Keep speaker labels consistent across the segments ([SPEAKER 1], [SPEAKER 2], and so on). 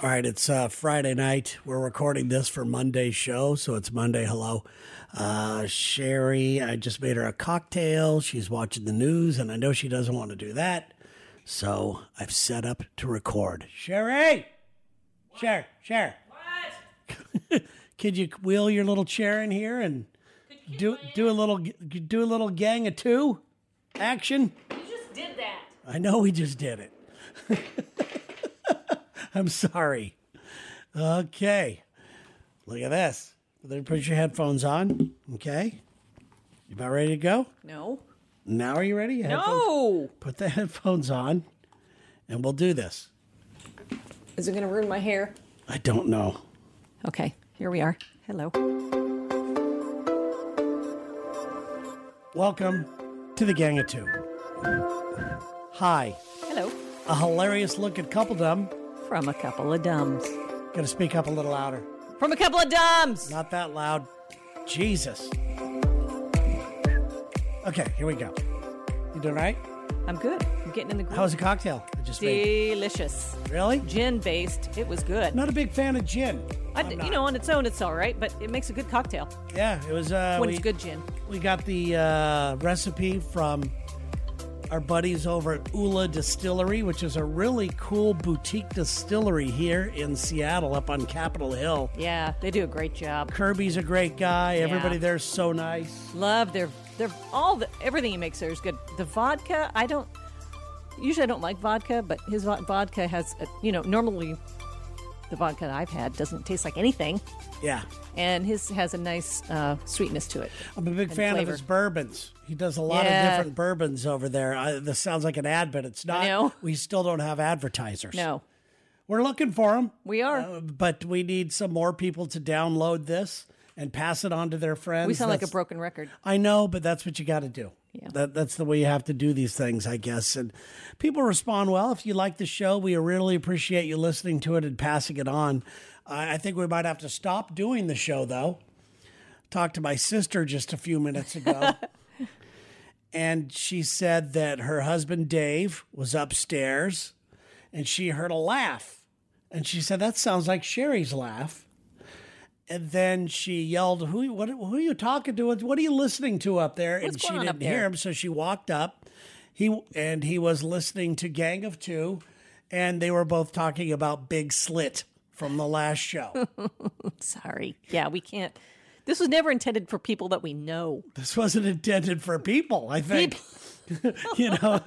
[SPEAKER 1] All right, it's uh, Friday night. We're recording this for Monday's show, so it's Monday. Hello, uh, Sherry. I just made her a cocktail. She's watching the news, and I know she doesn't want to do that, so I've set up to record. Sherry, Sherry, Sherry,
[SPEAKER 2] What?
[SPEAKER 1] could you wheel your little chair in here and do do a little do a little gang of two action?
[SPEAKER 2] You just did that.
[SPEAKER 1] I know we just did it. I'm sorry. Okay. Look at this. Then put your headphones on. Okay. You about ready to go?
[SPEAKER 2] No.
[SPEAKER 1] Now are you ready? Your headphones-
[SPEAKER 2] No.
[SPEAKER 1] Put the headphones on and we'll do this.
[SPEAKER 2] Is it going to ruin my hair?
[SPEAKER 1] I don't know.
[SPEAKER 2] Okay. Here we are. Hello.
[SPEAKER 1] Welcome to the Gang of Two. Hi.
[SPEAKER 2] Hello.
[SPEAKER 1] A hilarious look at coupledom.
[SPEAKER 2] From a couple of dumbs.
[SPEAKER 1] Gotta speak up a little louder.
[SPEAKER 2] From a couple of dumbs.
[SPEAKER 1] Not that loud. Jesus. Okay, here we go. You doing all right?
[SPEAKER 2] I'm good. I'm getting in the groove.
[SPEAKER 1] How was the cocktail? I just made.
[SPEAKER 2] Delicious.
[SPEAKER 1] Really?
[SPEAKER 2] Gin based. It was good.
[SPEAKER 1] Not a big fan of gin.
[SPEAKER 2] I,
[SPEAKER 1] I'm
[SPEAKER 2] you
[SPEAKER 1] not.
[SPEAKER 2] know, on its own, it's all right, but it makes a good cocktail
[SPEAKER 1] Yeah, it was. Uh,
[SPEAKER 2] when
[SPEAKER 1] we,
[SPEAKER 2] it's good gin.
[SPEAKER 1] We got the uh, recipe from our buddies over at Ula Distillery, which is a really cool boutique distillery here in Seattle, up on Capitol Hill.
[SPEAKER 2] Yeah, they do a great job.
[SPEAKER 1] Kirby's a great guy. Everybody there's so nice.
[SPEAKER 2] Love their their all the everything he makes there is good. The vodka, I don't usually I don't like vodka, but his vo- vodka has a, you know normally the vodka that I've had doesn't taste like anything,
[SPEAKER 1] Yeah,
[SPEAKER 2] and his has a nice uh, sweetness to it.
[SPEAKER 1] I'm a big fan of
[SPEAKER 2] flavor.
[SPEAKER 1] his bourbons. He does a lot
[SPEAKER 2] Yeah.
[SPEAKER 1] of different bourbons over there. I, this sounds like an ad, but it's not.
[SPEAKER 2] know.
[SPEAKER 1] We still don't have advertisers.
[SPEAKER 2] No,
[SPEAKER 1] We're looking for them.
[SPEAKER 2] we are.
[SPEAKER 1] Uh, but we need some more people to download this and pass it on to their friends.
[SPEAKER 2] we sound like a
[SPEAKER 1] That's-
[SPEAKER 2] broken record.
[SPEAKER 1] I know, but that's what you got to do.
[SPEAKER 2] Yeah.
[SPEAKER 1] That, that's the way you have to do these things, I guess. And people respond well. If you like the show, we really appreciate you listening to it and passing it on. I, I think we might have to stop doing the show, though. Talked to my sister just a few minutes ago. and she said that her husband, Dave, was upstairs and she heard a laugh. And she said, That sounds like Sherry's laugh. And then she yelled, "Who? What? Who are you talking to? What are you listening to up there?"
[SPEAKER 2] What's
[SPEAKER 1] and she
[SPEAKER 2] going on
[SPEAKER 1] didn't
[SPEAKER 2] up there?
[SPEAKER 1] hear him, so she walked up. He and he was listening to Gang of Two, and they were both talking about Big Slit from the last show.
[SPEAKER 2] Sorry. Yeah, we can't. This was never intended for people that we know.
[SPEAKER 1] this wasn't intended for people, I think. you know,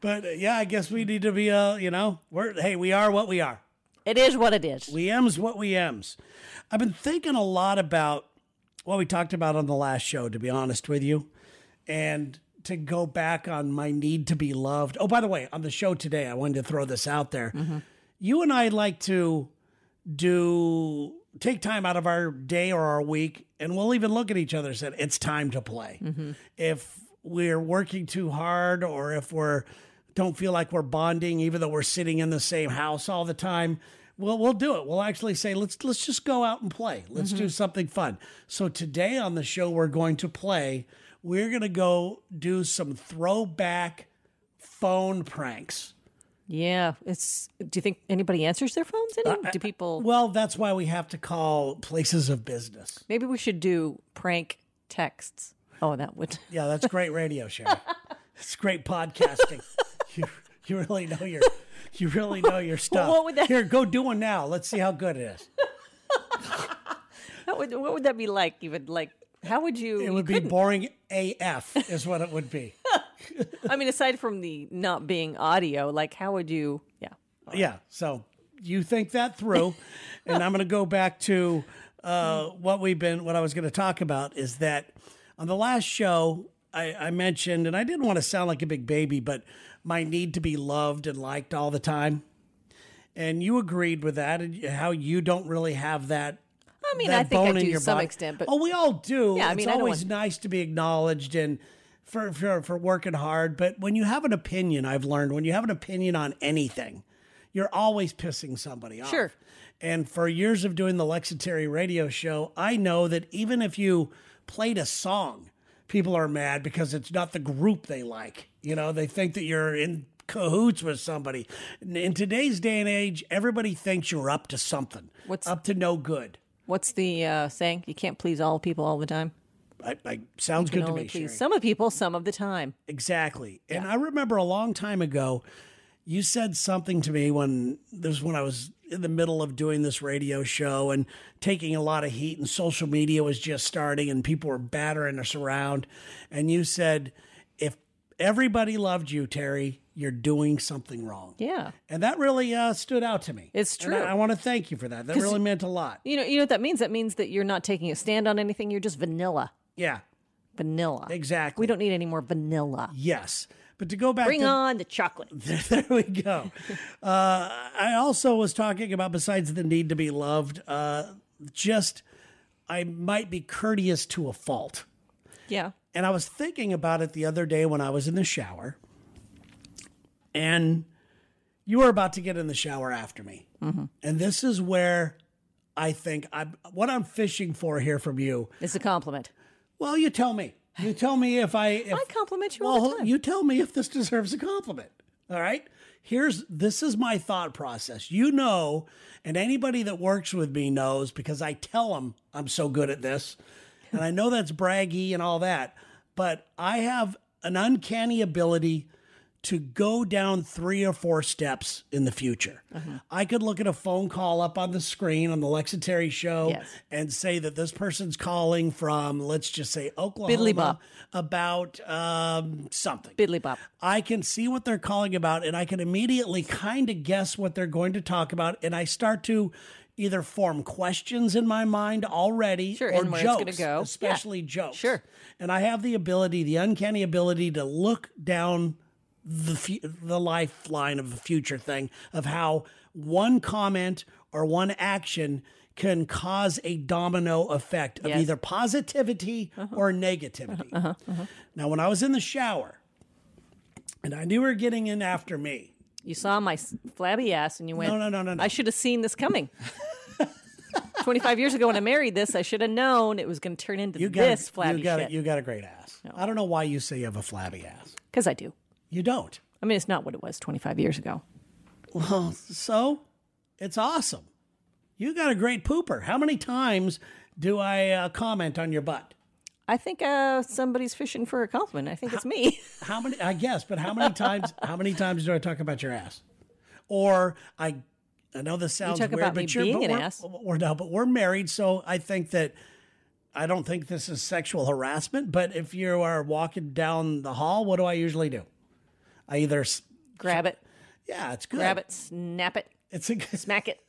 [SPEAKER 1] but uh, yeah, I guess we need to be. Uh, you know, we're hey, we are what we are.
[SPEAKER 2] It is what it is.
[SPEAKER 1] We M's what we M's. I've been thinking a lot about what we talked about on the last show, to be honest with you, and to go back on my need to be loved. Oh, by the way, on the show today, I wanted to throw this out there. You and I like to do take time out of our day or our week, and we'll even look at each other and say, It's time to play. If we're working too hard or if we're don't feel like we're bonding, even though we're sitting in the same house all the time. Well, we'll do it. We'll actually say, let's let's just go out and play. Let's do something fun. So today on the show, we're going to play. We're gonna go do some throwback phone pranks.
[SPEAKER 2] Yeah, it's. Do you think anybody answers their phones anymore? Do people?
[SPEAKER 1] Uh, Well, that's why we have to call places of business.
[SPEAKER 2] Maybe we should do prank texts. Oh, that would.
[SPEAKER 1] Yeah, that's great radio, Sherry. It's great podcasting. you, you really know your you really know your stuff.
[SPEAKER 2] What would that-
[SPEAKER 1] Here, go do one now. Let's see how good it is.
[SPEAKER 2] That would, what would that be like? Even like, how would you?
[SPEAKER 1] It would be boring AF is what it would be.
[SPEAKER 2] I mean, aside from the not being audio, like, how would you? Yeah,
[SPEAKER 1] Yeah. So you think that through, and I'm going to go back to uh, what we've been. What I was going to talk about is that on the last show I, I mentioned, and I didn't want to sound like a big baby, but my need to be loved and liked all the time, and you agreed with that, and how you don't really have that.
[SPEAKER 2] I mean,
[SPEAKER 1] that
[SPEAKER 2] I think I
[SPEAKER 1] bone in
[SPEAKER 2] do to
[SPEAKER 1] your
[SPEAKER 2] some
[SPEAKER 1] body.
[SPEAKER 2] extent, but
[SPEAKER 1] oh, we all do.
[SPEAKER 2] Yeah, I mean,
[SPEAKER 1] it's
[SPEAKER 2] I don't
[SPEAKER 1] always
[SPEAKER 2] want-
[SPEAKER 1] nice to be acknowledged and for, for for working hard. But when you have an opinion, I've learned when you have an opinion on anything, you're always pissing somebody off.
[SPEAKER 2] Sure.
[SPEAKER 1] And for years of doing the Lexa Terry radio show, I know that even if you played a song, people are mad because it's not the group they like. You know, they think that you're in cahoots with somebody. In- In today's day and age, everybody thinks you're up to something,
[SPEAKER 2] What's-
[SPEAKER 1] up to no good.
[SPEAKER 2] What's the uh, saying? You can't please all people all the time.
[SPEAKER 1] I, I, sounds
[SPEAKER 2] You
[SPEAKER 1] good
[SPEAKER 2] can
[SPEAKER 1] to
[SPEAKER 2] only
[SPEAKER 1] me.
[SPEAKER 2] please
[SPEAKER 1] Sherry.
[SPEAKER 2] some of people some of the time.
[SPEAKER 1] Exactly. And I remember a long time ago, you said something to me when this was when I was in the middle of doing this radio show and taking a lot of heat, and social media was just starting, and people were battering us around. And you said, if everybody loved you, Terry, you're doing something wrong.
[SPEAKER 2] Yeah.
[SPEAKER 1] And that really uh, stood out to me.
[SPEAKER 2] It's
[SPEAKER 1] And I-
[SPEAKER 2] true.
[SPEAKER 1] I, want to thank you for that. That really meant a lot.
[SPEAKER 2] You know, you know what that means? That means that you're not taking a stand on anything. You're just vanilla.
[SPEAKER 1] Yeah,
[SPEAKER 2] Vanilla.
[SPEAKER 1] exactly.
[SPEAKER 2] We don't need any more vanilla.
[SPEAKER 1] Yes. But to go back
[SPEAKER 2] Bring
[SPEAKER 1] to
[SPEAKER 2] on the chocolate.
[SPEAKER 1] there we go. Uh, I also was talking about besides the need to be loved, uh, just I might be courteous to a fault.
[SPEAKER 2] Yeah.
[SPEAKER 1] And I was thinking about it the other day when I was in the shower, and you were about to get in the shower after me, and this is where I think I'm what I'm fishing for here from you.
[SPEAKER 2] It's a compliment.
[SPEAKER 1] Well, you tell me. You tell me if I if
[SPEAKER 2] I compliment you all the
[SPEAKER 1] well,
[SPEAKER 2] time.
[SPEAKER 1] you tell me if this deserves a compliment. All right. Here's this is my thought process. You know, and anybody that works with me knows because I tell them I'm so good at this. And I know that's braggy and all that, but I have an uncanny ability to go down three or four steps in the future.
[SPEAKER 2] Uh-huh.
[SPEAKER 1] I could look at a phone call up on the screen on the Lexa Terry show
[SPEAKER 2] Yes.
[SPEAKER 1] and say that this person's calling from, let's just say, Oklahoma
[SPEAKER 2] Biddly-bop.
[SPEAKER 1] about um, something.
[SPEAKER 2] Biddly bop.
[SPEAKER 1] I can see what they're calling about and I can immediately kind of guess what they're going to talk about. And I start to either form questions in my mind already
[SPEAKER 2] Sure,
[SPEAKER 1] or
[SPEAKER 2] and where it's
[SPEAKER 1] jokes,
[SPEAKER 2] gonna go. Yeah.
[SPEAKER 1] especially jokes.
[SPEAKER 2] Sure.
[SPEAKER 1] And I have the ability, the uncanny ability to look down the fu- the lifeline of the future thing of how one comment or one action can cause a domino effect of
[SPEAKER 2] Yes. Uh-huh.
[SPEAKER 1] either positivity or negativity. Now, when I was in the shower, and I knew her getting in after me.
[SPEAKER 2] You saw my s- flabby ass and you went,
[SPEAKER 1] No, no, no, no, no.
[SPEAKER 2] I should have seen this coming. 25 years ago when I married this, I should have known it was going to turn into
[SPEAKER 1] You got
[SPEAKER 2] this flabby
[SPEAKER 1] you got
[SPEAKER 2] shit.
[SPEAKER 1] you got a great ass. I don't know why you say you have a flabby ass.
[SPEAKER 2] Because I do.
[SPEAKER 1] You don't.
[SPEAKER 2] I mean, it's not what it was 25 years ago.
[SPEAKER 1] Well, so it's awesome. You got a great pooper. How many times do I uh, comment on your butt?
[SPEAKER 2] I think uh, somebody's fishing for a compliment. I think it's me.
[SPEAKER 1] How many? I guess, but how many times? How many times do I talk about your ass? Or I, I know this sounds
[SPEAKER 2] talk
[SPEAKER 1] weird,
[SPEAKER 2] about
[SPEAKER 1] but
[SPEAKER 2] me
[SPEAKER 1] you're
[SPEAKER 2] being
[SPEAKER 1] but
[SPEAKER 2] an
[SPEAKER 1] we're,
[SPEAKER 2] ass.
[SPEAKER 1] We're no, but we're married, so I think that I don't think this is sexual harassment. But if you are walking down the hall, what do I usually do? I either, s-
[SPEAKER 2] Grab it,
[SPEAKER 1] yeah, it's good.
[SPEAKER 2] grab it, snap it,
[SPEAKER 1] It's a,
[SPEAKER 2] smack it.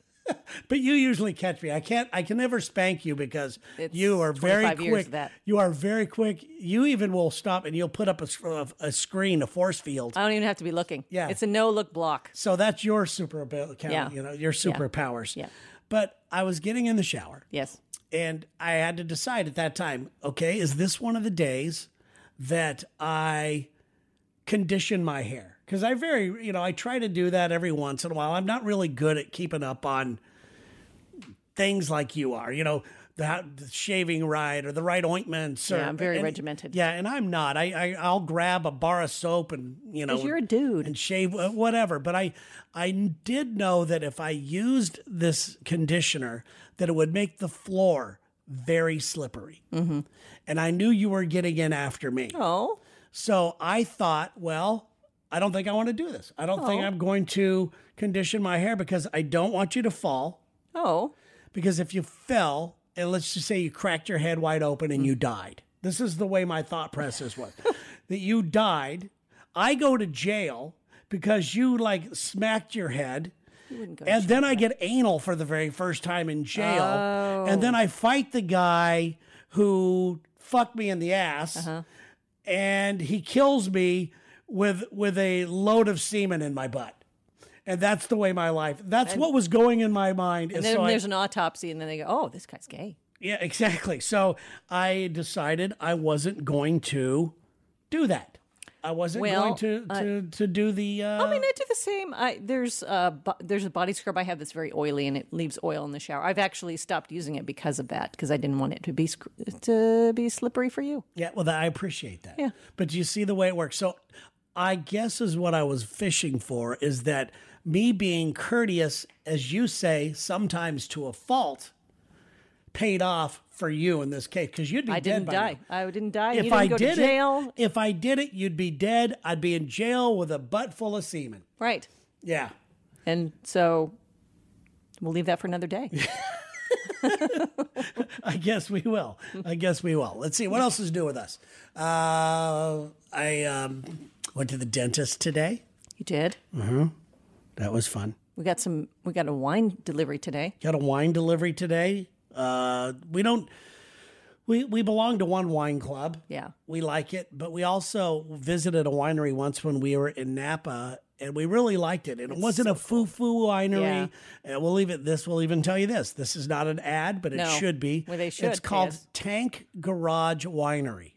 [SPEAKER 1] but you usually catch me. I can't. I can never spank you because
[SPEAKER 2] It's
[SPEAKER 1] you are very
[SPEAKER 2] 25
[SPEAKER 1] quick.
[SPEAKER 2] years of that.
[SPEAKER 1] You are very quick. You even will stop and you'll put up a, s- a- a screen, a force field.
[SPEAKER 2] I don't even have to be looking.
[SPEAKER 1] Yeah.
[SPEAKER 2] It's a no look block.
[SPEAKER 1] So that's your super ability,
[SPEAKER 2] Yeah.
[SPEAKER 1] you know, your superpowers.
[SPEAKER 2] Yeah.
[SPEAKER 1] But I was getting in the shower
[SPEAKER 2] Yes.
[SPEAKER 1] and I had to decide at that time, okay, is this one of the days that I condition my hair? Cuz I very, you know, I try to do that every once in a while. I'm not really good at keeping up on things like you are, you know, the, the shaving right or the right ointments. or-
[SPEAKER 2] Yeah, I'm very
[SPEAKER 1] and-
[SPEAKER 2] regimented.
[SPEAKER 1] Yeah, and I'm not. I, I I'll grab a bar of soap and you know
[SPEAKER 2] You're a dude.
[SPEAKER 1] and shave uh, whatever but i i did know that if i used this conditioner that it would make the floor very slippery and i knew you were getting in after me
[SPEAKER 2] Oh,
[SPEAKER 1] so i thought well i don't think i want to do this i don't think i'm going to condition my hair because i don't want you to fall
[SPEAKER 2] oh.
[SPEAKER 1] because if you fell and let's just say you cracked your head wide open and you died this is the way my thought process was that you died i go to jail because you like smacked your head and then I get anal for the very first time in jail. And
[SPEAKER 2] Oh.
[SPEAKER 1] then I fight the guy who fucked me in the ass
[SPEAKER 2] Uh-huh.
[SPEAKER 1] and he kills me with with a load of semen in my butt. And that's the way my life. That's what was going in my mind. is
[SPEAKER 2] Then
[SPEAKER 1] so I-
[SPEAKER 2] there's an autopsy, and then they go, oh, this guy's gay.
[SPEAKER 1] yeah, exactly. So I decided I wasn't going to do that. I wasn't
[SPEAKER 2] Well, uh,
[SPEAKER 1] going to to, to do the. Uh,
[SPEAKER 2] I mean, I do the same. I, there's a bo- there's a body scrub I have that's very oily and it leaves oil in the shower. I've actually stopped using it because of that because I didn't want it to be sc- to be slippery for you.
[SPEAKER 1] yeah, well, I appreciate that.
[SPEAKER 2] Yeah.
[SPEAKER 1] But do you see the way it works? So I guess is what I was fishing for is that me being courteous, as you say, sometimes to a fault, paid off for you in this case because you'd be
[SPEAKER 2] I
[SPEAKER 1] dead
[SPEAKER 2] didn't
[SPEAKER 1] by
[SPEAKER 2] die.
[SPEAKER 1] now.
[SPEAKER 2] I didn't die. you
[SPEAKER 1] If
[SPEAKER 2] didn't
[SPEAKER 1] I
[SPEAKER 2] go
[SPEAKER 1] did
[SPEAKER 2] to jail.
[SPEAKER 1] it, if I did it, you'd be dead. I'd be in jail with a butt full of semen.
[SPEAKER 2] Right.
[SPEAKER 1] Yeah.
[SPEAKER 2] And so we'll leave that for another day.
[SPEAKER 1] I guess we will. I guess we will. Let's see what else is new with us. Uh, I um, went to the dentist today.
[SPEAKER 2] you did.
[SPEAKER 1] That was fun.
[SPEAKER 2] We got some we got a wine delivery today.
[SPEAKER 1] Got a wine delivery today. Uh, we don't. We we belong to one wine club.
[SPEAKER 2] Yeah.
[SPEAKER 1] we like it, but we also visited a winery once when we were in Napa. And we really liked it. And it wasn't a foo foo winery. And we'll leave it this. We'll even tell you this. This is not an ad, but it
[SPEAKER 2] No.
[SPEAKER 1] should be.
[SPEAKER 2] Well, they should
[SPEAKER 1] It's
[SPEAKER 2] pay
[SPEAKER 1] called
[SPEAKER 2] us.
[SPEAKER 1] Tank Garage Winery.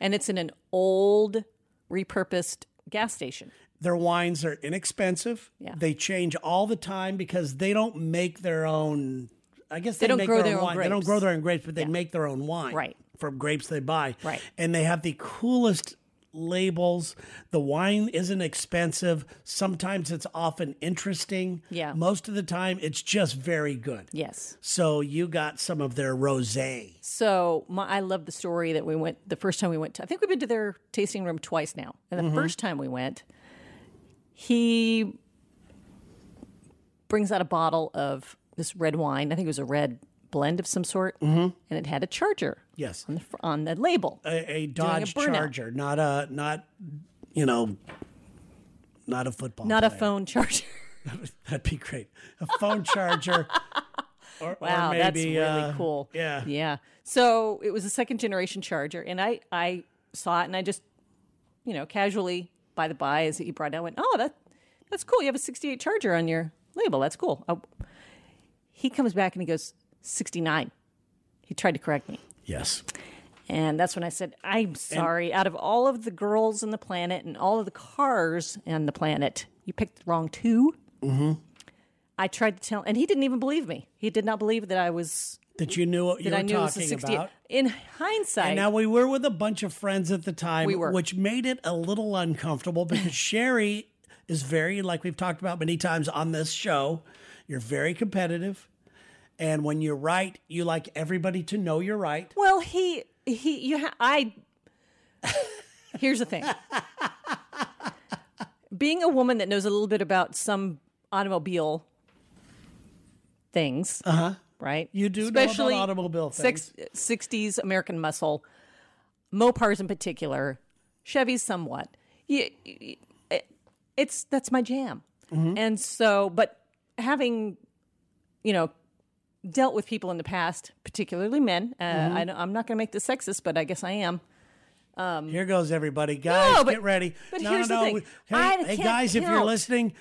[SPEAKER 2] And it's in an old repurposed gas station.
[SPEAKER 1] Their wines are inexpensive.
[SPEAKER 2] Yeah.
[SPEAKER 1] They change all the time because they don't make their own. I guess they,
[SPEAKER 2] don't
[SPEAKER 1] make
[SPEAKER 2] grow
[SPEAKER 1] their own
[SPEAKER 2] their own
[SPEAKER 1] wine. They don't
[SPEAKER 2] grapes.
[SPEAKER 1] grow their own grapes, but they make their own wine
[SPEAKER 2] Right.
[SPEAKER 1] from grapes they buy.
[SPEAKER 2] Right.
[SPEAKER 1] And they have the coolest labels. The wine isn't expensive. Sometimes it's often interesting.
[SPEAKER 2] Yeah.
[SPEAKER 1] Most of the time, it's just very good.
[SPEAKER 2] Yes.
[SPEAKER 1] So you got some of their rosé.
[SPEAKER 2] So my, I love the story that we went the first time we went to. I think we've been to their tasting room twice now. And the first time we went, he brings out a bottle of this red wine. I think it was a red blend of some sort, mm-hmm. Oh, and it had a charger
[SPEAKER 1] Yes.
[SPEAKER 2] on the fr- on the label.
[SPEAKER 1] A, a Dodge
[SPEAKER 2] burnout.
[SPEAKER 1] Charger, not a not you know, not a football.
[SPEAKER 2] Not a
[SPEAKER 1] player.
[SPEAKER 2] phone charger.
[SPEAKER 1] That'd be great. A phone charger. Or,
[SPEAKER 2] Wow,
[SPEAKER 1] or maybe,
[SPEAKER 2] that's really
[SPEAKER 1] uh,
[SPEAKER 2] cool.
[SPEAKER 1] Yeah.
[SPEAKER 2] Yeah. So it was a second generation charger, and I I saw it, and I just you know casually by the by as he brought it, out, I went, oh that that's cool. You have a sixty eight charger on your label. That's cool. I, he comes back and he goes sixty nine. He tried to correct me.
[SPEAKER 1] Yes.
[SPEAKER 2] And that's when I said, I'm sorry. Out of all of the girls on the planet and all of the cars on the planet, you picked the wrong 2 Mm-hmm. I tried to tell, and he didn't even believe me. He did not believe that I was,
[SPEAKER 1] That you knew what you
[SPEAKER 2] that
[SPEAKER 1] were
[SPEAKER 2] I knew it was a
[SPEAKER 1] talking
[SPEAKER 2] 60.
[SPEAKER 1] about.
[SPEAKER 2] In hindsight,
[SPEAKER 1] Now we were with a bunch of friends at the time,
[SPEAKER 2] were.
[SPEAKER 1] which made it a little uncomfortable because Sherry is very, like we've talked about many times on this show, you're very competitive, and when you're right, you like everybody to know you're right.
[SPEAKER 2] well, he, he, you, ha- I, here's the thing being a woman that knows a little bit about some automobile things, uh-huh. right?
[SPEAKER 1] You do
[SPEAKER 2] Especially
[SPEAKER 1] know about automobile things.
[SPEAKER 2] six, 60s American muscle, Mopars in particular, Chevys somewhat. You, you- it- it's that's my jam.
[SPEAKER 1] Mm-hmm.
[SPEAKER 2] And so, but having, you know, dealt with people in the past, particularly men, uh,
[SPEAKER 1] Mm-hmm.
[SPEAKER 2] I don't, I'm not going to make this sexist, but I guess I am.
[SPEAKER 1] Here goes everybody, guys.
[SPEAKER 2] No, but-
[SPEAKER 1] get ready.
[SPEAKER 2] but here's the thing.
[SPEAKER 1] Hey,
[SPEAKER 2] I
[SPEAKER 1] hey
[SPEAKER 2] can't
[SPEAKER 1] guys, if you're
[SPEAKER 2] help.
[SPEAKER 1] listening,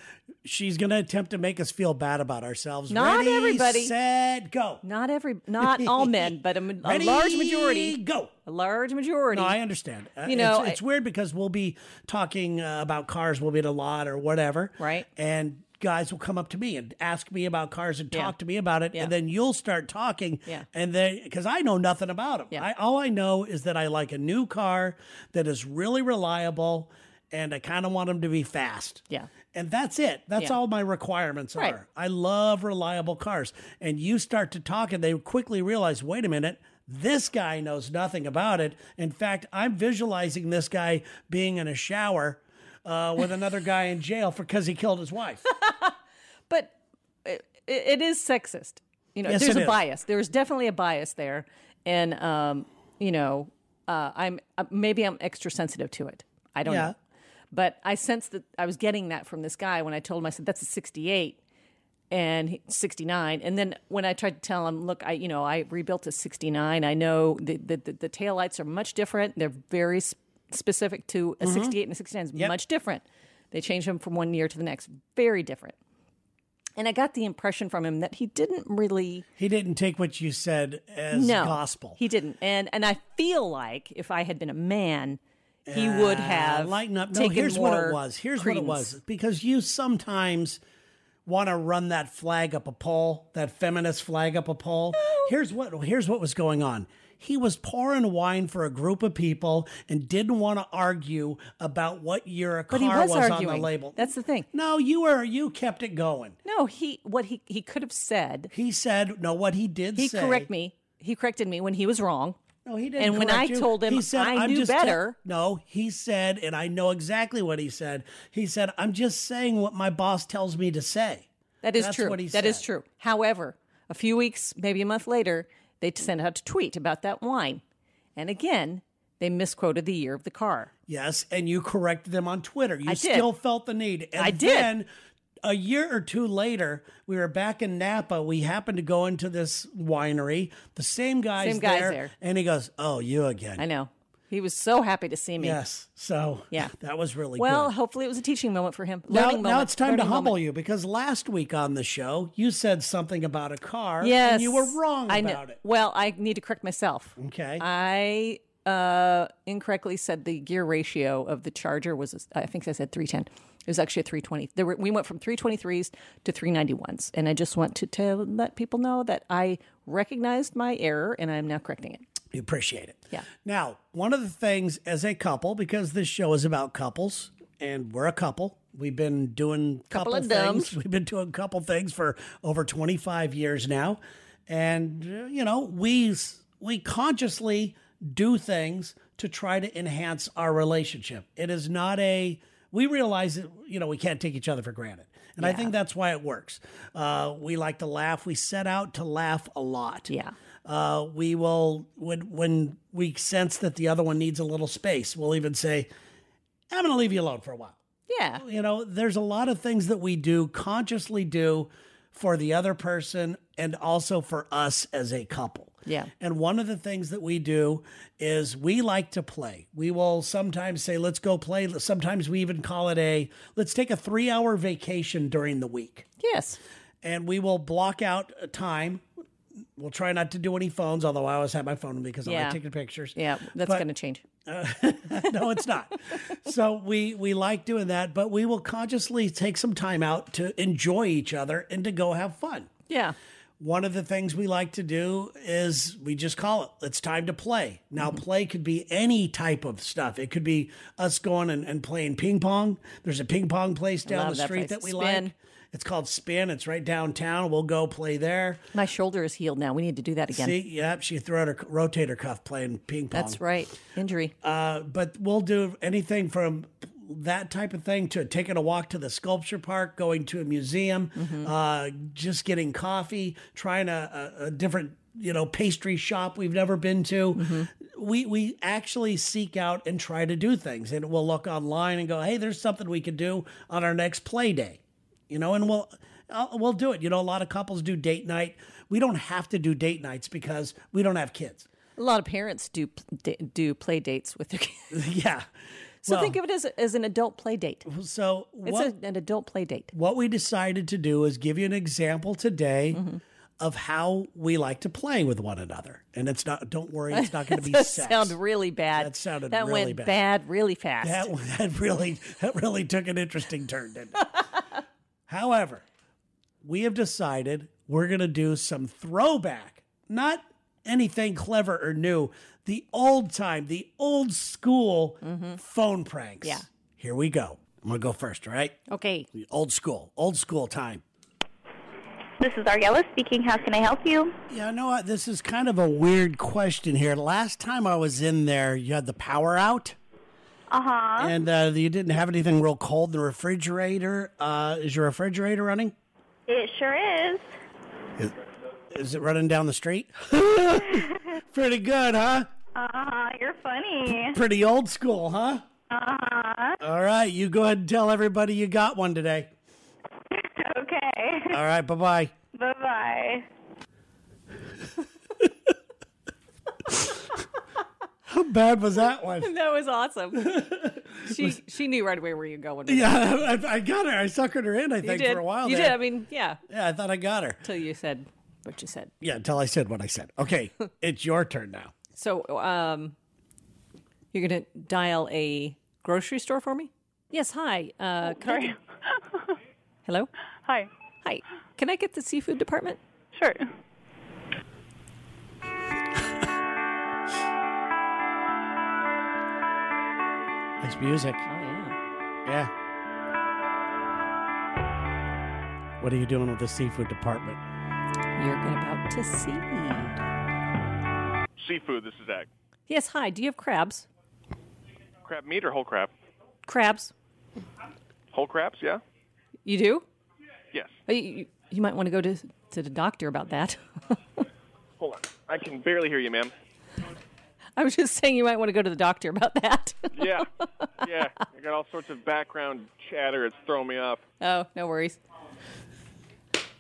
[SPEAKER 1] she's gonna attempt to make us feel bad about ourselves.
[SPEAKER 2] Not
[SPEAKER 1] ready,
[SPEAKER 2] everybody.
[SPEAKER 1] Set, go.
[SPEAKER 2] Not every, not all men, but a, ma- a
[SPEAKER 1] Ready,
[SPEAKER 2] large majority,
[SPEAKER 1] Go.
[SPEAKER 2] a large majority.
[SPEAKER 1] No, I understand. Uh,
[SPEAKER 2] You know,
[SPEAKER 1] it's, it's weird because we'll be talking uh, about cars, we'll be at a lot or whatever,
[SPEAKER 2] Right.
[SPEAKER 1] And guys will come up to me and ask me about cars and talk
[SPEAKER 2] Yeah.
[SPEAKER 1] to me about it,
[SPEAKER 2] Yeah.
[SPEAKER 1] and then you'll start talking,
[SPEAKER 2] Yeah.
[SPEAKER 1] And then because I know nothing about them,
[SPEAKER 2] Yeah.
[SPEAKER 1] I, all I know is that I like a new car that is really reliable, and I kind of want them to be fast,
[SPEAKER 2] Yeah.
[SPEAKER 1] And that's it. That's
[SPEAKER 2] Yeah.
[SPEAKER 1] all my requirements
[SPEAKER 2] Right.
[SPEAKER 1] are. I love reliable cars. And you start to talk, and they quickly realize wait a minute, this guy knows nothing about it. In fact, I'm visualizing this guy being in a shower uh, with another guy in jail because he killed his wife.
[SPEAKER 2] but it, it is sexist. You know,
[SPEAKER 1] Yes,
[SPEAKER 2] there's
[SPEAKER 1] it
[SPEAKER 2] a
[SPEAKER 1] is.
[SPEAKER 2] bias. There's definitely a bias there, and um, you know, uh, I'm uh, maybe I'm extra sensitive to it. I don't
[SPEAKER 1] Yeah.
[SPEAKER 2] know, but I sensed that I was getting that from this guy when I told him I said that's a 68 and he- 69 and then when i tried to tell him look i you know i rebuilt a 69 i know the the, the, the taillights are much different they're very sp- specific to
[SPEAKER 1] Mm-hmm.
[SPEAKER 2] a 68 and a 69 is much different they change them from one year to the next very different and I got the impression from him that he didn't really
[SPEAKER 1] he didn't take what you said as
[SPEAKER 2] know
[SPEAKER 1] gospel.
[SPEAKER 2] He didn't, and and I feel like if I had been a man, he would have
[SPEAKER 1] Uh, lighten up. No,
[SPEAKER 2] taken
[SPEAKER 1] here's what it
[SPEAKER 2] more
[SPEAKER 1] was. Here's
[SPEAKER 2] credence.
[SPEAKER 1] what it was. Because you sometimes want to run that flag up a pole, that feminist flag up a pole. Here's what here's what was going on. He was pouring wine for a group of people and didn't want to argue about what year a car
[SPEAKER 2] But he was,
[SPEAKER 1] on
[SPEAKER 2] arguing.
[SPEAKER 1] the label.
[SPEAKER 2] That's the thing.
[SPEAKER 1] no, you were you kept it going.
[SPEAKER 2] No, he what he he could have said.
[SPEAKER 1] He said no. What he did
[SPEAKER 2] He
[SPEAKER 1] say?
[SPEAKER 2] correct me. He corrected me when he was wrong.
[SPEAKER 1] No, he didn't.
[SPEAKER 2] And when
[SPEAKER 1] correct
[SPEAKER 2] I
[SPEAKER 1] you.
[SPEAKER 2] told him
[SPEAKER 1] he said,
[SPEAKER 2] I
[SPEAKER 1] "I'm
[SPEAKER 2] knew
[SPEAKER 1] just te-
[SPEAKER 2] better-
[SPEAKER 1] no, he said, and I know exactly what he said. He said, "I'm just saying what my boss tells me to say."
[SPEAKER 2] That is
[SPEAKER 1] That's
[SPEAKER 2] true. That
[SPEAKER 1] what he
[SPEAKER 2] is
[SPEAKER 1] said.
[SPEAKER 2] true. However, a few weeks, maybe a month later, they sent out a tweet about that wine, and again they misquoted the year of the car.
[SPEAKER 1] Yes, and you corrected them on Twitter. You
[SPEAKER 2] I did.
[SPEAKER 1] still felt the need. And
[SPEAKER 2] I did.
[SPEAKER 1] Then, a year or two later, we were back in Napa. We happened to go into this winery. The same guy's,
[SPEAKER 2] Same guy's
[SPEAKER 1] there,
[SPEAKER 2] there.
[SPEAKER 1] and he goes, "Oh, you again?"
[SPEAKER 2] I know. He was so happy to see me.
[SPEAKER 1] yes. So
[SPEAKER 2] Yeah.
[SPEAKER 1] that was really
[SPEAKER 2] Well,
[SPEAKER 1] good.
[SPEAKER 2] hopefully it was a teaching moment for him.
[SPEAKER 1] Now,
[SPEAKER 2] Learning
[SPEAKER 1] now
[SPEAKER 2] moment.
[SPEAKER 1] it's time to
[SPEAKER 2] Learning
[SPEAKER 1] humble
[SPEAKER 2] moment.
[SPEAKER 1] you because last week on the show you said something about a car.
[SPEAKER 2] Yes,
[SPEAKER 1] and you were wrong
[SPEAKER 2] I know.
[SPEAKER 1] about it.
[SPEAKER 2] Well, I need to correct myself.
[SPEAKER 1] Okay.
[SPEAKER 2] I uh, incorrectly said the gear ratio of the Charger was, I think I said 310. It was actually a 320. There were, we went from 323s to 391s. And I just want to tell, let people know that I recognized my error and I'm now correcting it.
[SPEAKER 1] You appreciate it.
[SPEAKER 2] Yeah.
[SPEAKER 1] Now, one of the things as a couple, because this show is about couples and we're a couple, we've been doing couple,
[SPEAKER 2] of
[SPEAKER 1] things. We've been doing couple things for over 25 years now. And, uh, you know, we, s- we consciously do things to try to enhance our relationship. It is not a, we realize that, you know, we can't take each other for granted. And I think that's why it works. Uh, we like to laugh. We set out to laugh a lot
[SPEAKER 2] Yeah.
[SPEAKER 1] uh, we will when when we sense that the other one needs a little space we'll even say i'm going to leave you alone for a while
[SPEAKER 2] Yeah.
[SPEAKER 1] you know there's a lot of things that we do consciously do for the other person and also for us as a couple
[SPEAKER 2] Yeah.
[SPEAKER 1] and one of the things that we do is we like to play we will sometimes say let's go play sometimes we even call it a let's take a three hour vacation during the week
[SPEAKER 2] Yes.
[SPEAKER 1] and we will block out a time. We'll try not to do any phones, although I always have my phone because I
[SPEAKER 2] Yeah.
[SPEAKER 1] like taking pictures.
[SPEAKER 2] Yeah. That's
[SPEAKER 1] But-
[SPEAKER 2] going to change.
[SPEAKER 1] no, it's not. so we we like doing that, but we will consciously take some time out to enjoy each other and to go have fun.
[SPEAKER 2] Yeah.
[SPEAKER 1] One of the things we like to do is we just call it, it's time to play. Now,
[SPEAKER 2] Mm-hmm.
[SPEAKER 1] play could be any type of stuff. It could be us going and, and playing ping pong. There's a ping pong place down the
[SPEAKER 2] love that
[SPEAKER 1] street
[SPEAKER 2] place.
[SPEAKER 1] that we
[SPEAKER 2] Spin.
[SPEAKER 1] like. It's called Spin. It's right downtown. We'll go play there.
[SPEAKER 2] My shoulder is healed now. We need to do that again.
[SPEAKER 1] See, yep, she threw out her rotator cuff playing ping pong.
[SPEAKER 2] That's right. Injury.
[SPEAKER 1] Uh, but we'll do anything from that type of thing to taking a walk to the sculpture park, going to a museum,
[SPEAKER 2] Mm-hmm.
[SPEAKER 1] uh, just getting coffee, trying a, a, a different you know pastry shop we've never been to.
[SPEAKER 2] Mm-hmm.
[SPEAKER 1] We we actually seek out and try to do things, and we'll look online and go, hey, there's something we could do on our next play day you know, and we'll uh, we'll do it. You know, a lot of couples do date night. We don't have to do date nights because we don't have kids.
[SPEAKER 2] a lot of parents do p- do play dates with their kids.
[SPEAKER 1] yeah.
[SPEAKER 2] So think of it as, as an adult play date.
[SPEAKER 1] So
[SPEAKER 2] It's
[SPEAKER 1] what
[SPEAKER 2] a, an adult play date.
[SPEAKER 1] what we decided to do is give you an example today of how we like to play with one another. And it's not don't worry, it's not going to be
[SPEAKER 2] that
[SPEAKER 1] sex.
[SPEAKER 2] sound really bad.
[SPEAKER 1] That sounded
[SPEAKER 2] that
[SPEAKER 1] really
[SPEAKER 2] went
[SPEAKER 1] bad.
[SPEAKER 2] bad. really fast.
[SPEAKER 1] that that really that really took an interesting turn, didn't it? However, we have decided we're gonna do some throwback, not anything clever or new. The old time, the old school phone pranks.
[SPEAKER 2] Mm-hmm. Yeah.
[SPEAKER 1] Here we go. I'm gonna go first, all right?
[SPEAKER 2] okay.
[SPEAKER 1] The Old school, old school time.
[SPEAKER 3] This is Ariella speaking. How can I help you?
[SPEAKER 1] Yeah, I know what? This is kind of a weird question here. Last time I was in there, you had the power out.
[SPEAKER 3] Uh
[SPEAKER 2] Uh-huh.
[SPEAKER 3] huh.
[SPEAKER 1] And uh, you didn't have anything real cold in the refrigerator. Uh, is your refrigerator running?
[SPEAKER 3] It sure is.
[SPEAKER 1] Is, is it running down the street? Pretty good, huh?
[SPEAKER 3] Uh huh. You're funny.
[SPEAKER 1] Pretty old school, huh?
[SPEAKER 3] Uh
[SPEAKER 2] Uh-huh.
[SPEAKER 3] huh.
[SPEAKER 1] All right, you go ahead and tell everybody you got one today.
[SPEAKER 3] Okay.
[SPEAKER 1] All right, bye bye.
[SPEAKER 3] bye bye.
[SPEAKER 1] How bad was that one?
[SPEAKER 2] That was awesome. she she knew right away where you were going. with
[SPEAKER 1] Yeah, I, I got her. I suckered her in, I
[SPEAKER 2] it. you
[SPEAKER 1] think,
[SPEAKER 2] did.
[SPEAKER 1] for a while
[SPEAKER 2] you
[SPEAKER 1] there.
[SPEAKER 2] did. I mean, yeah.
[SPEAKER 1] Yeah, I thought I got her.
[SPEAKER 2] Till you said what you said.
[SPEAKER 1] Yeah, until I said what I said. Okay, it's your turn now.
[SPEAKER 2] So, um, you're gonna dial a grocery store for me? Yes. Hi. Uh, can I
[SPEAKER 3] Sorry.
[SPEAKER 2] get- hello.
[SPEAKER 3] Hi.
[SPEAKER 2] Hi. Can I get the seafood department?
[SPEAKER 3] Sure.
[SPEAKER 1] It's music.
[SPEAKER 2] Oh yeah.
[SPEAKER 1] Yeah. What are you doing with the seafood department?
[SPEAKER 2] You're about to see.
[SPEAKER 4] Seafood, this is Zach.
[SPEAKER 2] Yes. Hi. Do you have crabs?
[SPEAKER 4] Crab meat or whole crab?
[SPEAKER 2] Crabs.
[SPEAKER 4] Whole crabs, yeah?
[SPEAKER 2] You do?
[SPEAKER 4] Yes.
[SPEAKER 2] Oh, You, you, you might want to go to to the doctor about that.
[SPEAKER 4] Hold on. I can barely hear you, ma'am.
[SPEAKER 2] I was just saying you might want to go to the doctor about that.
[SPEAKER 4] Yeah. yeah. I got all sorts of background chatter. It's throwing me off.
[SPEAKER 2] oh, no worries.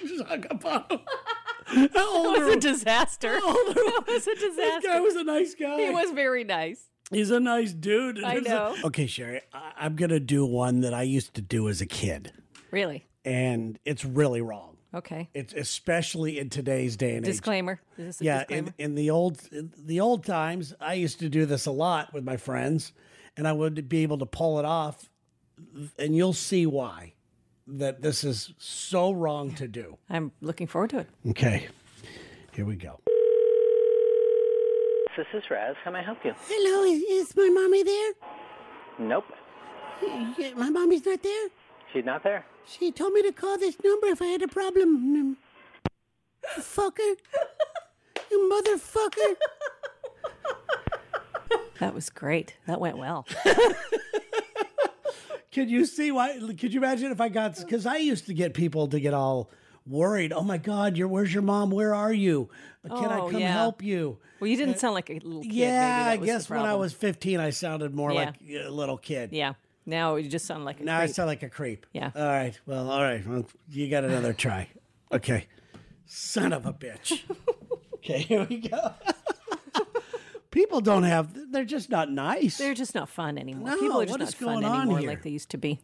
[SPEAKER 1] Just hung up on him. How old
[SPEAKER 2] It
[SPEAKER 1] are
[SPEAKER 2] was
[SPEAKER 1] we?
[SPEAKER 2] a disaster. it was a
[SPEAKER 1] This guy
[SPEAKER 2] disaster.
[SPEAKER 1] was a nice guy.
[SPEAKER 2] He was very nice.
[SPEAKER 1] He's a nice dude.
[SPEAKER 2] I know.
[SPEAKER 1] okay, Sherry, I- I'm going to do one that I used to do as a kid,
[SPEAKER 2] Really.
[SPEAKER 1] and it's really wrong.
[SPEAKER 2] Okay.
[SPEAKER 1] It's especially in today's day and age.
[SPEAKER 2] Disclaimer. Is this a
[SPEAKER 1] yeah
[SPEAKER 2] disclaimer?
[SPEAKER 1] in, in the old in the old times i used to do this a lot with my friends and i would be able to pull it off and you'll see why that this is so wrong to do
[SPEAKER 2] I'm looking forward to it.
[SPEAKER 1] okay here we go
[SPEAKER 5] This is Raz. How may I help you?
[SPEAKER 1] hello is, is my mommy there
[SPEAKER 5] Nope.
[SPEAKER 1] Y- my mommy's not there
[SPEAKER 5] She's not there.
[SPEAKER 1] she told me to call this number if i had a problem Mm. fucker you motherfucker
[SPEAKER 2] That was great. That went well.
[SPEAKER 1] Could you see why? Could you imagine if I got? Because I used to get people to get all worried. Oh my God, your where's your mom? Where are you? Can I
[SPEAKER 2] Oh,
[SPEAKER 1] come
[SPEAKER 2] yeah.
[SPEAKER 1] help you?
[SPEAKER 2] Well, you didn't sound like a little kid.
[SPEAKER 1] yeah,
[SPEAKER 2] Maybe that
[SPEAKER 1] I
[SPEAKER 2] was the
[SPEAKER 1] guess when I
[SPEAKER 2] problem.
[SPEAKER 1] was 15, I sounded more
[SPEAKER 2] Yeah.
[SPEAKER 1] like a little kid.
[SPEAKER 2] Yeah. Now you just sound like a
[SPEAKER 1] Now I
[SPEAKER 2] creep.
[SPEAKER 1] sound like a creep.
[SPEAKER 2] Yeah.
[SPEAKER 1] All right. Well, all right. Well, you got another try. Okay. Son of a bitch. okay, here we go. people don't have, they're just not nice.
[SPEAKER 2] They're just not fun anymore.
[SPEAKER 1] No,
[SPEAKER 2] People are just
[SPEAKER 1] what
[SPEAKER 2] not
[SPEAKER 1] is
[SPEAKER 2] fun
[SPEAKER 1] going on
[SPEAKER 2] anymore
[SPEAKER 1] here?
[SPEAKER 2] like they used to be.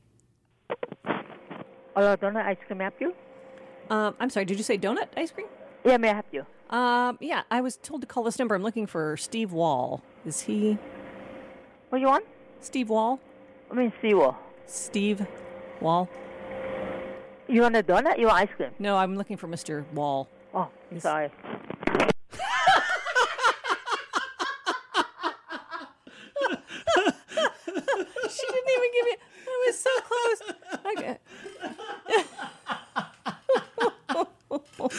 [SPEAKER 6] Hello, Oh, donut ice cream help you?
[SPEAKER 2] Um, I'm sorry. Did you say donut ice cream?
[SPEAKER 6] Yeah, may I help you?
[SPEAKER 2] Um, yeah, I was told to call this number. I'm looking for Steve Wall. Is he
[SPEAKER 6] What you want?
[SPEAKER 2] Steve Wall?
[SPEAKER 6] I mean, seawall.
[SPEAKER 2] Steve Wall?
[SPEAKER 6] You want a donut? You want ice cream?
[SPEAKER 2] No, I'm looking for Mr. Wall.
[SPEAKER 6] Oh, sorry.
[SPEAKER 2] She didn't even give me. I was so close. Okay.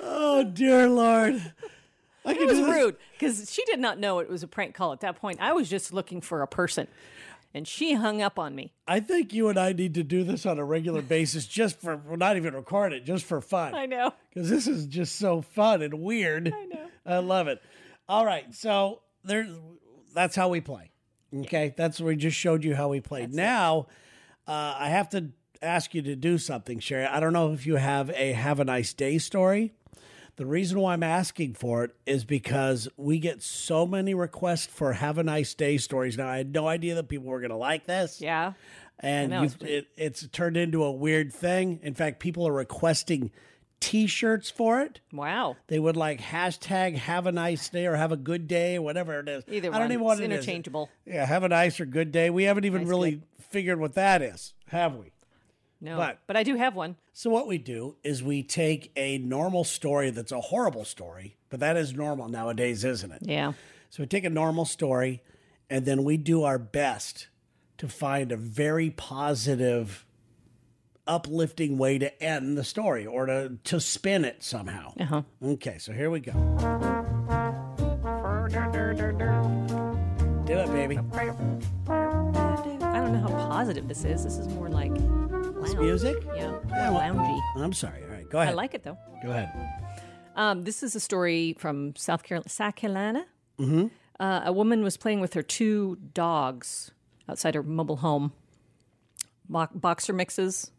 [SPEAKER 1] oh, dear Lord. I
[SPEAKER 2] It
[SPEAKER 1] could
[SPEAKER 2] was
[SPEAKER 1] do this
[SPEAKER 2] rude because she did not know it was a prank call at that point. I was just looking for a person, and she hung up on me.
[SPEAKER 1] I think you and I need to do this on a regular basis just for, well, not even record it, just for fun.
[SPEAKER 2] I know.
[SPEAKER 1] Because this is just so fun and weird. I
[SPEAKER 2] know.
[SPEAKER 1] I love it. All right. So there, that's how we play. Okay. That's we just showed you how we played. now, uh, I have to ask you to do something, Sherry. I don't know if you have a have a nice day story. The reason why I'm asking for it is because we get so many requests for have a nice day stories. Now, I had no idea that people were going to like this
[SPEAKER 2] Yeah.
[SPEAKER 1] and
[SPEAKER 2] know,
[SPEAKER 1] you,
[SPEAKER 2] it's
[SPEAKER 1] it's, it, it's turned into a weird thing. In fact, people are requesting T-shirts for it.
[SPEAKER 2] Wow.
[SPEAKER 1] They would like hashtag Have a nice day or Have a good day, whatever it is.
[SPEAKER 2] Either
[SPEAKER 1] I don't
[SPEAKER 2] one.
[SPEAKER 1] even want
[SPEAKER 2] it's
[SPEAKER 1] it is.
[SPEAKER 2] interchangeable.
[SPEAKER 1] Yeah, have a nice or good day. We haven't even really figured what that is, have we?
[SPEAKER 2] No, but,
[SPEAKER 1] But-
[SPEAKER 2] I do have one.
[SPEAKER 1] So what we do is we take a normal story that's a horrible story, but that is normal nowadays, isn't it?
[SPEAKER 2] Yeah.
[SPEAKER 1] So we take a normal story and then we do our best to find a very positive, uplifting way to end the story or to, to spin it somehow.
[SPEAKER 2] Uh-huh.
[SPEAKER 1] Okay, so here we go. Do it, baby.
[SPEAKER 2] I don't know how positive this is. This is more like lounge.
[SPEAKER 1] music?
[SPEAKER 2] Yeah,
[SPEAKER 1] Yeah,
[SPEAKER 2] more
[SPEAKER 1] well-
[SPEAKER 2] loungy.
[SPEAKER 1] I'm sorry. All right, go
[SPEAKER 2] I
[SPEAKER 1] ahead.
[SPEAKER 2] like it though.
[SPEAKER 1] Go ahead.
[SPEAKER 2] Um, this is a story from South Carolina. South Carolina. Mm-hmm. Uh, a woman was playing with her two dogs outside her mobile home, Bo- boxer mixes,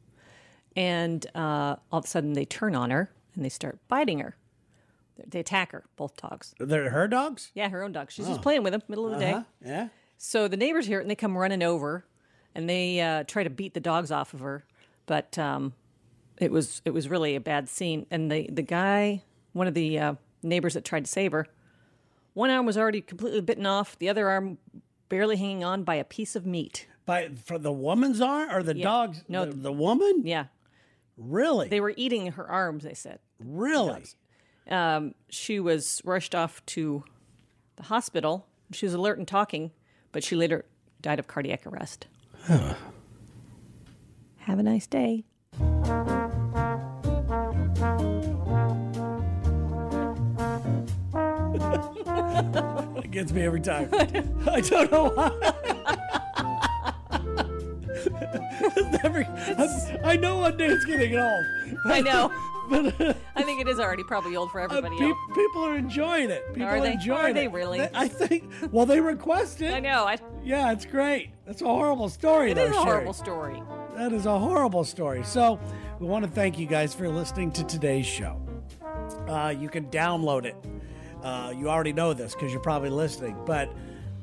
[SPEAKER 2] and uh, all of a sudden they turn on her and they start biting her. They attack her, both dogs.
[SPEAKER 1] They're her dogs?
[SPEAKER 2] Yeah, her own
[SPEAKER 1] Oh.
[SPEAKER 2] dogs. She's just playing with them, middle of the day.
[SPEAKER 1] Yeah.
[SPEAKER 2] So the neighbors hear it and they come running over, and they uh, try to beat the dogs off of her. But um, it was it was really a bad scene. And the the guy, one of the uh, neighbors that tried to save her, one arm was already completely bitten off, the other arm barely hanging on by a piece of meat.
[SPEAKER 1] By for the woman's arm or the dogs?
[SPEAKER 2] No.
[SPEAKER 1] the, the woman.
[SPEAKER 2] Yeah,
[SPEAKER 1] Really,
[SPEAKER 2] they were eating her arms. They said
[SPEAKER 1] really.
[SPEAKER 2] um, she was rushed off to the hospital. She was alert and talking, but she later died of cardiac arrest. Have a nice day.
[SPEAKER 1] It gets me every time. I don't know why. Never- I- I know one day it's getting old,
[SPEAKER 2] I know.
[SPEAKER 1] but uh,
[SPEAKER 2] I think it is already probably old for everybody
[SPEAKER 1] pe-
[SPEAKER 2] else.
[SPEAKER 1] people are enjoying it. People
[SPEAKER 2] Are they?
[SPEAKER 1] enjoying
[SPEAKER 2] Are
[SPEAKER 1] it.
[SPEAKER 2] they really?
[SPEAKER 1] I think. Well, they request it.
[SPEAKER 2] I know. I,
[SPEAKER 1] Yeah, it's great. That's a horrible story.
[SPEAKER 2] it
[SPEAKER 1] though,
[SPEAKER 2] is a
[SPEAKER 1] Sherry.
[SPEAKER 2] horrible story.
[SPEAKER 1] That is a horrible story. So, we want to thank you guys for listening to today's show. Uh, you can download it. Uh, you already know this because you're probably listening, but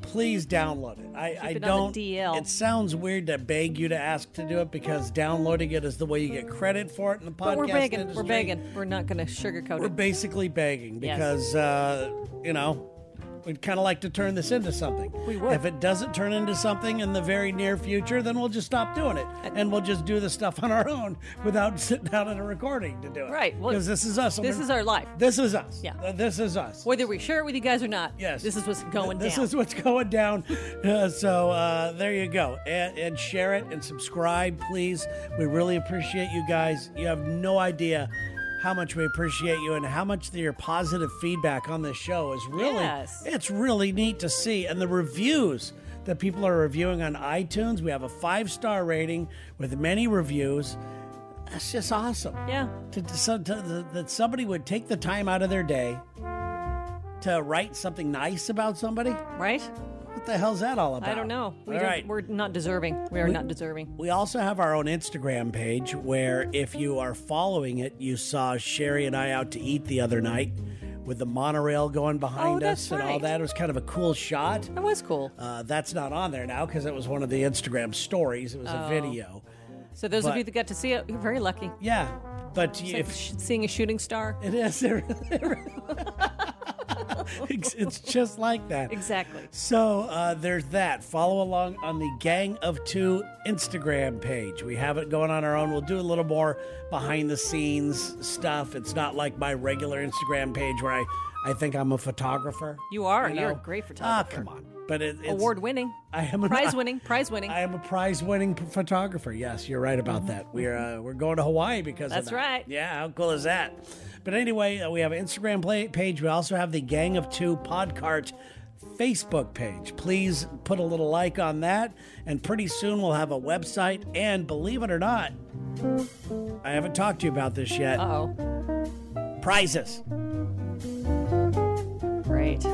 [SPEAKER 1] please download it. I, I
[SPEAKER 2] it on the
[SPEAKER 1] don't.
[SPEAKER 2] DL.
[SPEAKER 1] It sounds weird to beg you to ask to do it because downloading it is the way you get credit for it in the podcast
[SPEAKER 2] But we're begging.
[SPEAKER 1] industry.
[SPEAKER 2] We're begging. We're not going to sugarcoat
[SPEAKER 1] We're
[SPEAKER 2] it.
[SPEAKER 1] basically begging
[SPEAKER 2] Yes.
[SPEAKER 1] because uh, you know we'd kind of like to turn this into something.
[SPEAKER 2] We would.
[SPEAKER 1] If it doesn't turn into something in the very near future, then we'll just stop doing it
[SPEAKER 2] Uh,
[SPEAKER 1] and we'll just do the stuff on our own without sitting down at a recording to do it.
[SPEAKER 2] Right, well,
[SPEAKER 1] Because this is us.
[SPEAKER 2] This is our life.
[SPEAKER 1] This is us.
[SPEAKER 2] Yeah.
[SPEAKER 1] Uh, This is us.
[SPEAKER 2] Whether we share it with you guys or not,
[SPEAKER 1] Yes.
[SPEAKER 2] this is what's going
[SPEAKER 1] This
[SPEAKER 2] down.
[SPEAKER 1] is what's going down. Uh, so uh, there you go. And, and share it and subscribe, please. We really appreciate you guys. You have no idea how much we appreciate you and how much your positive feedback on this show is really
[SPEAKER 2] Yes.
[SPEAKER 1] it's really neat to see and the reviews that people are reviewing on iTunes. We have a five star rating with many reviews. That's just awesome
[SPEAKER 2] yeah.
[SPEAKER 1] to, to, so- to, that somebody would take the time out of their day to write something nice about somebody.
[SPEAKER 2] Right?
[SPEAKER 1] What the hell's that all about?
[SPEAKER 2] I don't know. We
[SPEAKER 1] All
[SPEAKER 2] don't,
[SPEAKER 1] right.
[SPEAKER 2] We're not deserving. We are not deserving.
[SPEAKER 1] We also have our own Instagram page where if you are following it, you saw Sherry and I out to eat the other night with the monorail going behind
[SPEAKER 2] Oh, that's
[SPEAKER 1] us and all
[SPEAKER 2] right.
[SPEAKER 1] that. It was kind of a cool shot.
[SPEAKER 2] That was cool.
[SPEAKER 1] Uh, that's not on there now because it was one of the Instagram stories. It was
[SPEAKER 2] Oh.
[SPEAKER 1] a video.
[SPEAKER 2] So those
[SPEAKER 1] but-
[SPEAKER 2] of you that got to see it, you're very lucky.
[SPEAKER 1] Yeah. But
[SPEAKER 2] It's like
[SPEAKER 1] if
[SPEAKER 2] sh- seeing a shooting star.
[SPEAKER 1] It is. It really- it's it's just like that.
[SPEAKER 2] Exactly.
[SPEAKER 1] So uh, there's that. Follow along on the Gang of Two Instagram page. We have it going on our own. We'll do a little more behind the scenes stuff. It's not like my regular Instagram page where I, I think I'm a photographer.
[SPEAKER 2] You are.
[SPEAKER 1] you
[SPEAKER 2] You are
[SPEAKER 1] know?
[SPEAKER 2] a great
[SPEAKER 1] Ah,
[SPEAKER 2] photographer.
[SPEAKER 1] come on. But it, it's
[SPEAKER 2] Award winning.
[SPEAKER 1] I am an-
[SPEAKER 2] prize winning. Prize winning. Mm-hmm.
[SPEAKER 1] I am a prize-winning p- photographer. Yes, you're right about that. We're uh, we're going to Hawaii because
[SPEAKER 2] That's
[SPEAKER 1] of that.
[SPEAKER 2] right.
[SPEAKER 1] Yeah, how cool is that? But anyway, uh, we have an Instagram play- page. We also have the Gang of Two Podcart Facebook page. Please put a little like on that, and pretty soon we'll have a website. And believe it or not, I haven't talked to you about this yet.
[SPEAKER 2] Uh oh.
[SPEAKER 1] Prizes.
[SPEAKER 2] Great.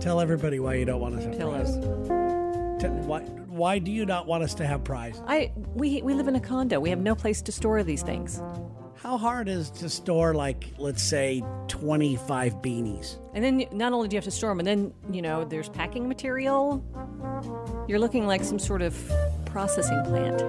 [SPEAKER 1] Tell everybody why you don't want us to have
[SPEAKER 2] Pillows.
[SPEAKER 1] prizes. Tell- why why do you not want us to have prizes?
[SPEAKER 2] I we we live in a condo. We have no place to store these things.
[SPEAKER 1] How hard is to store like let's say 25 beanies?
[SPEAKER 2] And then you- not only do you have to store them, and then you know there's packing material. You're looking like some sort of processing plant.